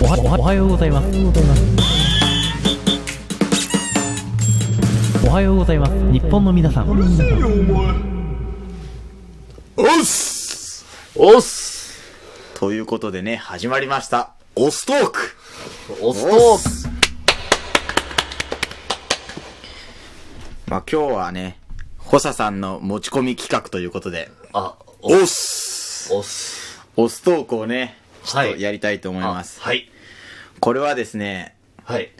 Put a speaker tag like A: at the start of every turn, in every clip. A: おはおはようございます。おはようございます。日本の皆さん。
B: おっす
C: おっすということでね、始まりました。
B: オストーク
C: おストーク
B: ス
C: まあ今日はね、ホサさんの持ち込み企画ということで、
D: あ、お、
B: オス
D: おす。
C: オストークをね、ちょっ
D: は
C: と
D: い
C: やりたいと思い
D: あ
C: ます。
D: はい。
C: これはですね、
D: はい。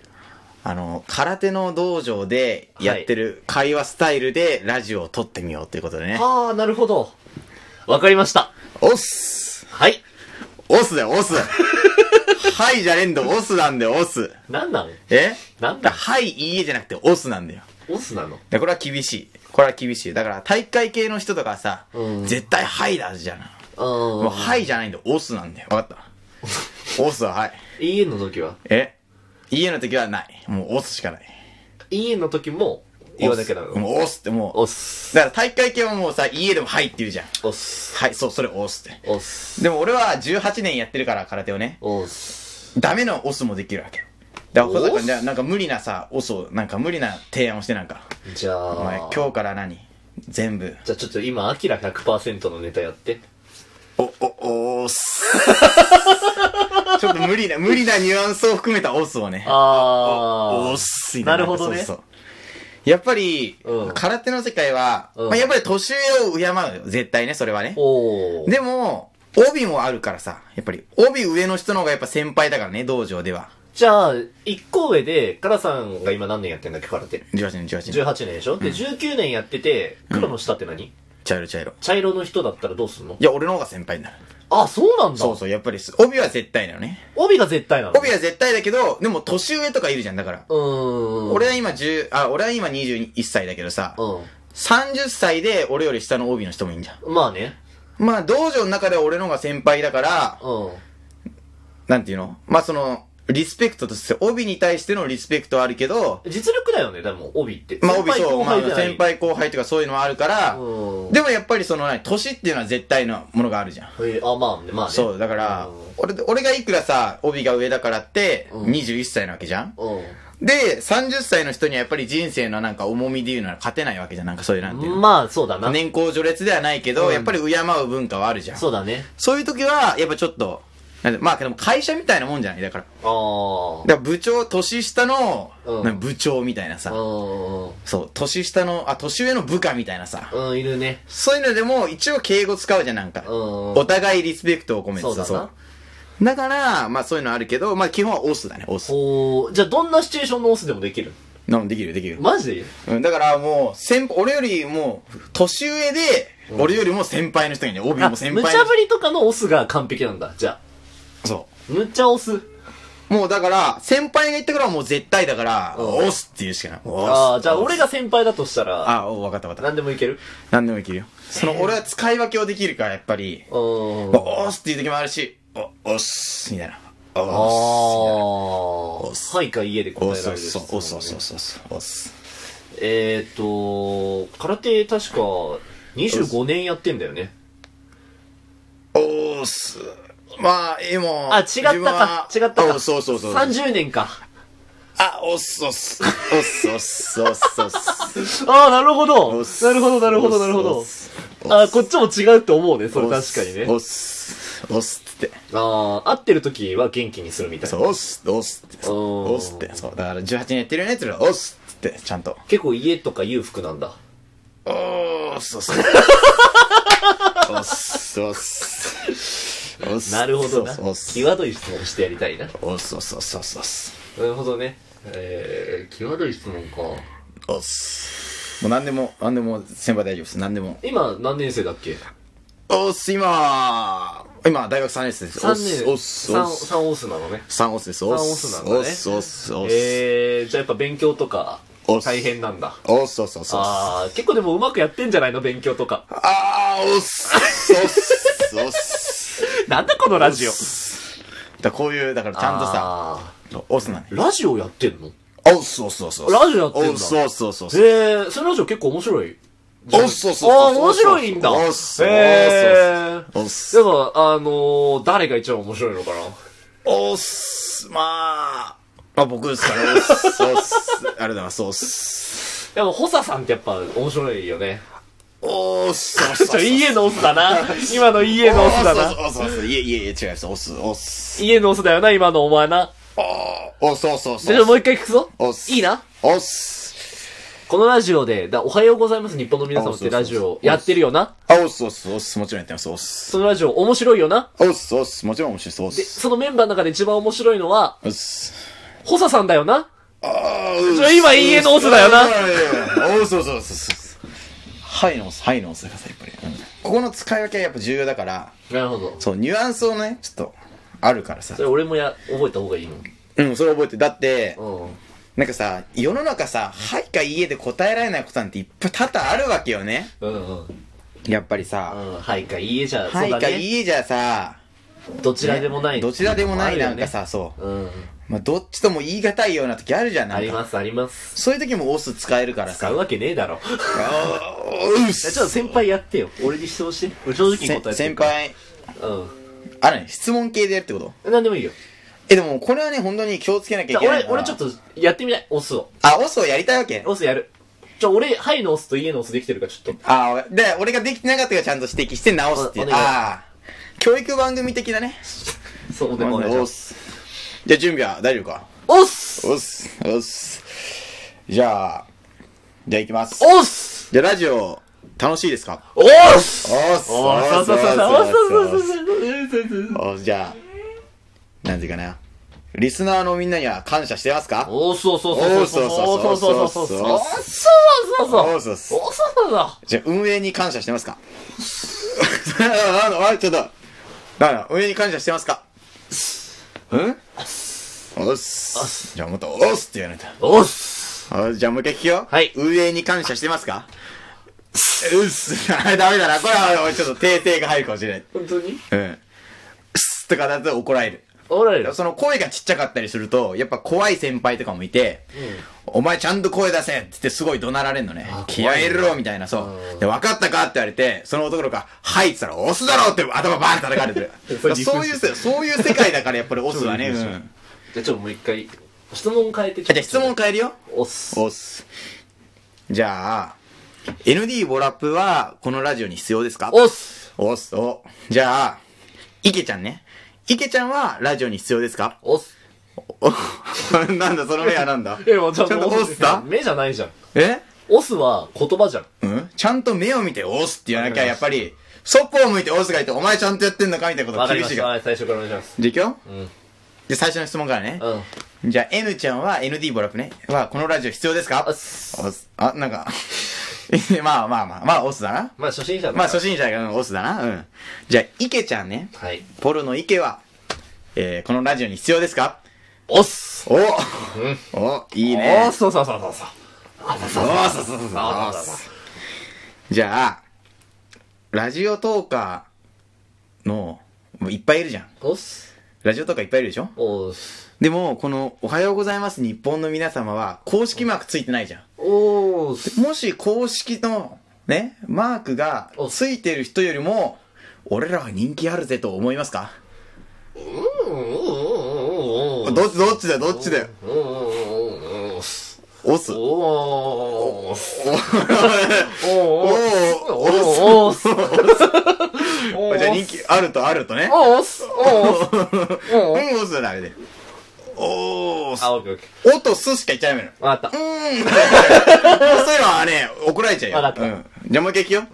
C: あの、空手の道場でやってる会話スタイルでラジオを撮ってみようということでね。
D: ああ、なるほど。わかりました。
C: オス
D: はい。
C: オスだよ、オス はいじゃねえんだ、オスなんだよ、オス
D: なんなの
C: え
D: なん
C: だ
D: だ
C: はい、いいえじゃなくて、オスなんだよ。
D: オスなの
C: で、これは厳しい。これは厳しい。だから、大会系の人とかさ、
D: うん
C: 絶対はいだじゃん。もう、
D: あ
C: はいじゃないんだよ。オスなんだよ。わ かったオスははい。
D: あ。家の時は
C: え家の時はない。もう、オスしかない。
D: 家の時も言わなきゃダメなの。
C: もう、オスってもう、
D: おす。
C: だから大会系はもうさ、家でもはいって言うじゃん。
D: おす。
C: はい、そう、それオスって。
D: おす。
C: でも俺は18年やってるから、空手をね。
D: おす。
C: ダメのオスもできるわけよ。だから、
D: オス
C: 小坂君、なんか無理なさ、オスを、なんか無理な提案をしてなんか、
D: じゃ
C: お前、
D: あ、
C: 今日から何全部。
D: じゃあちょっと今、アキラ100%のネタやって。
C: お、お、おーす。 ちょっと無理な、無理なニュアンスを含めたオスをね。
D: あ
C: お
D: あ
C: っ。すみたい
D: なるほどね
C: そうそうやっぱり、
D: うん
C: 空手の世界は、
D: うん
C: まあ、やっぱり年上を敬うよ。絶対ね、それはね。
D: おお。
C: でも、帯もあるからさ、やっぱり、帯上の人の方がやっぱ先輩だからね、道場では。
D: じゃあ、1個上で、カラさんが今何年やってんだっけ、空手。
C: 18年、18年。
D: 18年でしょ、で、19年やってて、黒の下って何、
C: 茶色、茶色。
D: 茶色の人だったらどうすんの
C: いや、俺の方が先輩になる。
D: あ、そうなんだ。
C: そうそう、やっぱり、帯は絶対だよね。
D: 帯が絶対なの
C: 帯は絶対だけど、でも年上とかいるじゃん、だから。
D: うーん。
C: 俺は今10、あ、俺は今21歳だけどさ、
D: う
C: 30歳で俺より下の OB の人もいいんじゃん。
D: ん。まあね。
C: まあ、道場の中では俺の方が先輩だから、
D: うん。
C: なんていうのまあ、その、リスペクトとして、OB に対してのリスペクトはあるけど、
D: 実力だよね、でも、帯って。
C: まあ、OB そう、まあ、
D: じゃない
C: 先。輩後輩とかそういうのはあるから、
D: うん。
C: でもやっぱりその、何年っていうのは絶対のものがあるじゃん。
D: えーあ、まあね、まあね。
C: そう、だから
D: うん、
C: 俺、俺がいくらさ、帯が上だからって、
D: うん
C: 21歳なわけじゃん
D: うん。
C: で、30歳の人にはやっぱり人生のなんか重みで言うのは勝てないわけじゃん。なんかそういうなんていうの。
D: まあ、そうだな。
C: 年功序列ではないけど、
D: うん
C: やっぱり敬う文化はあるじゃん。
D: そうだね。
C: そういう時は、やっぱちょっと、なんでまあでも会社みたいなもんじゃないだから。
D: あ
C: だ
D: あ。
C: から部長、年下の、
D: うん
C: なんか部長みたいな
D: う
C: さ。
D: んうん
C: そう、年下の、あ、年上の部下みたいなさ。
D: うん。うん、いるね。
C: そういうのでも、一応敬語使うじゃん、なんか。
D: うん。
C: お互いリスペクトを込めて
D: そうだ
C: さ
D: な
C: そう。だから、まあそういうのあるけど、まあ基本はオスだね、オス。
D: おーじゃあどんなシチュエーションのオスでもできる
C: うん、できる、できる。
D: マジで
C: うん、だからもう、先輩、俺よりも、年上で、俺よりも先輩の人がいるね。帯
D: あ
C: も先輩
D: 無
C: の
D: 茶ぶりとかのオスが完璧なんだ。じゃ
C: そ
D: あ。むっちゃオス。
C: う。もうだから、先輩が言ったからもう絶対だから、
D: うん
C: 押すっていうしかない。
D: ああ、
C: 押す
D: じゃあ俺が先輩だとしたら、
C: あ、おわかったわかった。
D: 何でもいける
C: なんでもいけるよ。その、俺は使い分けをできるから、やっぱり、
D: うん。
C: 押すっていう時もあるし、お、押す、みたいな。
D: あ
C: 押
D: あ
C: 押す
D: はいか家で答えられ
C: す。押
D: る
C: す、
D: 質
C: そう
D: 問、
C: 押す、押す、押す、押す。
D: えっ、ー、と空手確か25年やってんだよね
C: 押す。まあ、でも、
D: あ違ったか違
C: 自分
D: った
C: は
D: か
C: あそうそうそう。
D: 30年か
C: あ、おっすおっす。おっすおっすおっすおっす。
D: ああなるほど
C: おっす
D: なるほどなるほどなるほ
C: お
D: ど
C: っす
D: あーこっちも違うって思うねそれ
C: おっ
D: 確
C: す
D: かにね
C: おっす。おっすって。
D: ああ合ってる時は元気にするみたい
C: そ
D: な
C: う、おっす、おっすって。
D: おー
C: おっすって。そう、だから18年やってるよねって言ったら、おっすって、ちゃんと。
D: 結構家とか裕福なんだ
C: おーっす、おっす。おっす、おっす。おっす
D: なるほどな
C: そうおっす。
D: 際どい質問してやりたいな
C: おっす、おっす、おっす、おっす、おっす。
D: なるほどねえー、際どい質問か
C: おっす。もう何でも、何でも先輩大丈夫です。何でも。
D: 今何年生だっけ
C: おっす、今、今、大学3年生です。
D: 3年
C: おっす、おっす。
D: 3オスなのね
C: 三オスです。
D: オ
C: オ
D: ス
C: ス
D: なんだね
C: オス、オス、オス。
D: えー、じゃあやっぱ勉強とか
C: おっ
D: 大変なんだ
C: オス、オス、オス。あ
D: あー結構でもうまくやってんじゃないの勉強とか
C: ー、オス、オス、オス。
D: なんだこのラジオ
C: だからこういう、だからちゃんとさ、
D: あ
C: オスなね
D: ー。ラジオやってんの
C: オス、オス、オス。オス
D: ラジオやってんだ
C: オス、オス、オス。オス、
D: えー、そのラジオ結構面白い
C: オス、オス。
D: ああー面白いんだ
C: オス、オス。
D: えー
C: オ
D: だ
C: ス。
D: から、あのー、誰が一番面白いのかな
C: おっす、まあ、まあ僕ですかね、おっす、おっす、ありがとうございます、おっす。
D: やっぱ、ホサさんってやっぱ面白いよね。
C: おっす、おっす。
D: ちょ、家のオスだな。今の
C: おっ
D: 家
C: す
D: のオスだ
C: お
D: な。
C: っす、おっす、おっす、いえいえいえ、違います、おっす、おっす。
D: 家のオスだよな、今のお前な。
C: おっす、おっす、おっす。
D: じゃあもう一回聞くぞ
C: おっ。す
D: いいな。
C: おっす。
D: このラジオで、だおはようございます日本の皆様ってラジオやってるよな。
C: あ、おっす、おっす、おっす、もちろんやってます、おっす。
D: そのラジオ面白いよな。
C: おっす、おっす、もちろん面白いです、おっ。
D: ですそのメンバーの中で一番面白いのは、
C: おっす。
D: ホサさんだよな。
C: あーうっす
D: それ今いいえのオスだ よな
C: うっすいやいやいやおっす、おっす、おっすおっす。はいのオス、はいのオスがさ、やっぱり。うんここの使い分けはやっぱ重要だから、
D: なるほど。
C: そう、ニュアンスをね、ちょっと、あるからさ
D: そ。れ俺もや、覚えた方がいいの。
C: うん、それ覚えて。だって、
D: うん。
C: なんかさ、世の中さ、はいかいいえで答えられないことなんていっぱい多々あるわけよね。
D: うんうん。
C: やっぱりさ、
D: うん、はいか、いいえじゃ、
C: は
D: そう
C: い
D: だ
C: かい
D: ね。
C: いえじゃさ、
D: どちらでもない。
C: どちらでもない
D: ある
C: な
D: よ
C: ん
D: ね
C: か。さ、そう。
D: うん。
C: まあ、どっちとも言い難いような時あるじゃんな
D: あ
C: い
D: ります、あります。
C: そういう時もオス使えるから
D: 使
C: さ。
D: うわけねえ だろ。
C: あー
D: じゃ
C: うっ
D: あ
C: す
D: ちょっと先輩やってよ。俺に質問して。俺正直に答えて
C: せ
D: よ
C: 先。輩、
D: う
C: あれね、質問系でやるってこと
D: ん。なんでもいいよ。
C: え、でもこれはね、本当に気をつけなき
D: じ
C: ゃ
D: ゃ
C: い
D: あ
C: けない
D: 俺、
C: から。
D: 俺ちょっ。とやってみない。オスを。
C: あ、オスをやりたいわけ
D: オスやる。ちょ、俺、ハイのオスとイエのオスできてるかちょっと。
C: あーで、俺ができてなかったからちゃんと指摘して直すっていう。
D: おお願い
C: ああー。教育番組的なね。
D: そうでもお願いします。
C: す。じゃあ準備は大丈夫か
D: オス
C: おっす、おっす。じゃあ、じゃあ行きます。
D: オス
C: じゃあラジオ、楽しいですか
D: オス
C: おっす、
D: お
C: っ
D: ー
C: す
D: そうそうそうそう
C: おっすおっす
D: そう
C: おっ
D: そうそうそ
C: す
D: うそう
C: おっすじゃあ、なんていうかな。リスナーのみんなには感謝してますか
D: おーそうそう
C: お
D: そう
C: ーそ
D: そ
C: う
D: うそう
C: そ
D: そうう
C: そ
D: そううそ
C: そう
D: うそうそう
C: お
D: そう
C: っすお
D: おそ
C: っす
D: うそうそう
C: じゃあ、運営に感謝してますか あの、あ、ちょっと。なんだ、運営に感謝してますかうんおっ
D: おっ
C: す。
D: す
C: じゃあ、もっと、おっすって言わないと。
D: オス
C: あじゃあもう一回聞くよ。
D: はい
C: 運営に感謝してますかうっす。あ ダメだな。これは、ちょっと定定が入るかもしれない。
D: 本当に
C: うん。うっすとかだと怒られる。
D: おられる
C: その声がちっちゃかったりすると、やっぱ怖い先輩とかもいて、お前ちゃんと声出せって言ってすごい怒鳴られんのね。気合い入れろみたいな、そう。で、分かったかって言われて、その男の子が、はいって言ったら、オスだろって頭バーン叩かれてる
D: それ。
C: そういう、そういう世界だからやっぱりオスはね。うん。
D: じゃあちょっともう一回質問変えてちょっと
C: じゃあ質問変えるよ。
D: オス
C: おっす。じゃあ、ND ボラップはこのラジオに必要ですか
D: オス
C: おっす、お。じゃあ、池ちゃんね。池ちゃんはラジオに必要ですか
D: オス
C: お なんだ、その目はなんだ
D: えもうちゃん
C: ちゃん
D: と
C: とオ
D: オ
C: ス
D: ス
C: だ
D: だ目じゃないじゃん
C: え
D: オスは言葉じゃん
C: うんちゃんと目を見て押すって言わなきゃ、やっぱり、そっぽを向いて押すがいて、お前ちゃんとやってんのかみたいなこ
D: わ
C: と
D: かり
C: 厳
D: ま
C: しい
D: し
C: か
D: た
C: ら。
D: はい最初からお願いします
C: じゃあ行くよ。
D: うん
C: じゃあ最初の質問からね。
D: うん
C: じゃあ、N ちゃんは ND ボラップね。は、このラジオ必要ですか
D: オス
C: 押す。あ、なんか、 まあまあまあ、まあ押すだな。
D: まあ初心者だ
C: まあ初心者が、うん、押すだな。うん。じゃあ、池ちゃんね。
D: はい
C: ポルの池は、えー、このラジオに必要ですか
D: オス
C: おおいいね。
D: オスそうそうそうそうそうあそうそう
C: おそうそうそう
D: あそう
C: そ
D: そうう。
C: じゃあ、ラジオトーカーの、もういっぱいいるじゃん。
D: オス
C: ラジオトーカーいっぱいいるでしょ
D: オス
C: でも、この、おはようございます日本の皆様は、公式マークついてないじゃ
D: オス
C: ん。もし公式の、ね、マークが
D: お
C: ついてる人よりも、俺らは人気あるぜと思いますか
D: ど
C: どっち、どっちだよ、どっちだよ。
D: おーす
C: オス。お
D: おーす
C: お
D: おー
C: お
D: おーす
C: おじゃあ人気あるとあるとね。
D: おーすおーす
C: う
D: おーす
C: ん、オスだ、あれで。おーす
D: あ、オッケーオッケ
C: おとすしか言っちゃダメなの。
D: ー。わかっ
C: う
D: た。
C: ーん。そういうのはね、怒られちゃうよ。
D: わかった
C: うん。じゃあもう一回いくよ。
D: ん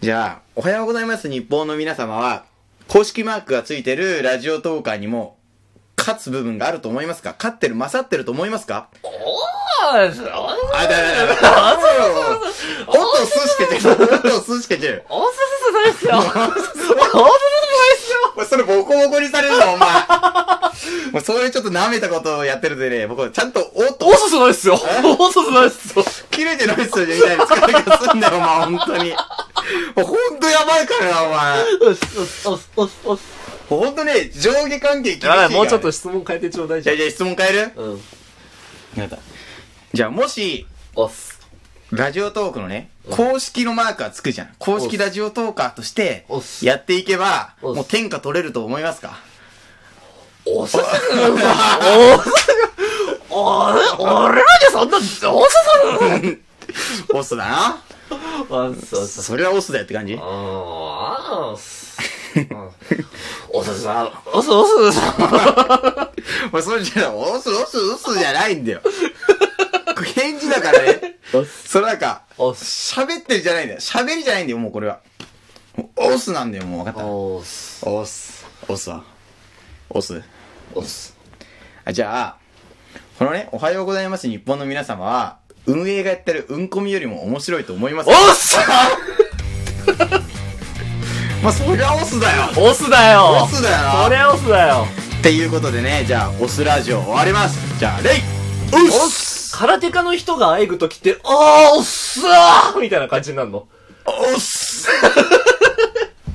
C: じゃあ、おはようございます日本の皆様は、公式マークがついてるラジオトーカーにも、勝つ部分があると思いますか勝ってる、勝ってると思いますか
D: おーすお
C: あ、だめだめだ め。おとすしか言っちゃダメ。おとすしか言っちゃダメ。
D: ーすすないっすよ。おーすすないっすよ。
C: お前それボコボコにされるぞ、 お前。もうそういうちょっと舐めたことをやってるでね、僕はちゃんと、おっと
D: おーすすないっすよ。おーすすないっすよ。
C: 切れてないっすよ、みたいな使い方すんだよ、お前、本当に。もう本当やばいからな、お前。
D: おーすおーすおーすおーすおーす。
C: ほんとね、上下関係厳しい
D: や
C: から、
D: ば
C: ね。
D: い、もうちょっと。質問変えてちょうだい
C: じ
D: じ
C: ゃ
D: ゃん
C: あ、。じゃあ質問変える
D: うん。
C: じゃあ、もし、
D: おーす。
C: ラジオトークのね、公式のマークがつくじゃん。公式ラジオトーカーとして
D: おっ、す
C: やっていけば、
D: おっす
C: もう天下取れると思いますか
D: おすすがうまいお俺、俺らでそんな、おすす
C: オスだな。
D: があ、そうそう。
C: それはオスだよって感じ
D: あーすうんおすすが、おすおす
C: おいそれじゃ、オス、オス、オスじゃないんだよ。 返事だからね。
D: おす
C: それなんか、
D: おす
C: 喋ってるじゃないんだよ。喋りじゃないんだよ、もうこれは。もうオスなんだよ、もう分かっ
D: おす
C: た。オス。オスは。オス。
D: おす
C: あじゃあ、このね、おはようございます日本の皆様は、運営がやってるうんこみよりも面白いと思います。
D: おす
C: まあ、それがオスだよ
D: おすだよ
C: オスだよ
D: それオスだよ
C: っていうことでね、じゃあ、オスラジオ終わります。じゃあ、レイオス
D: 空手家の人があえぐときって、あーおっすーみたいな感じになるの。
C: オス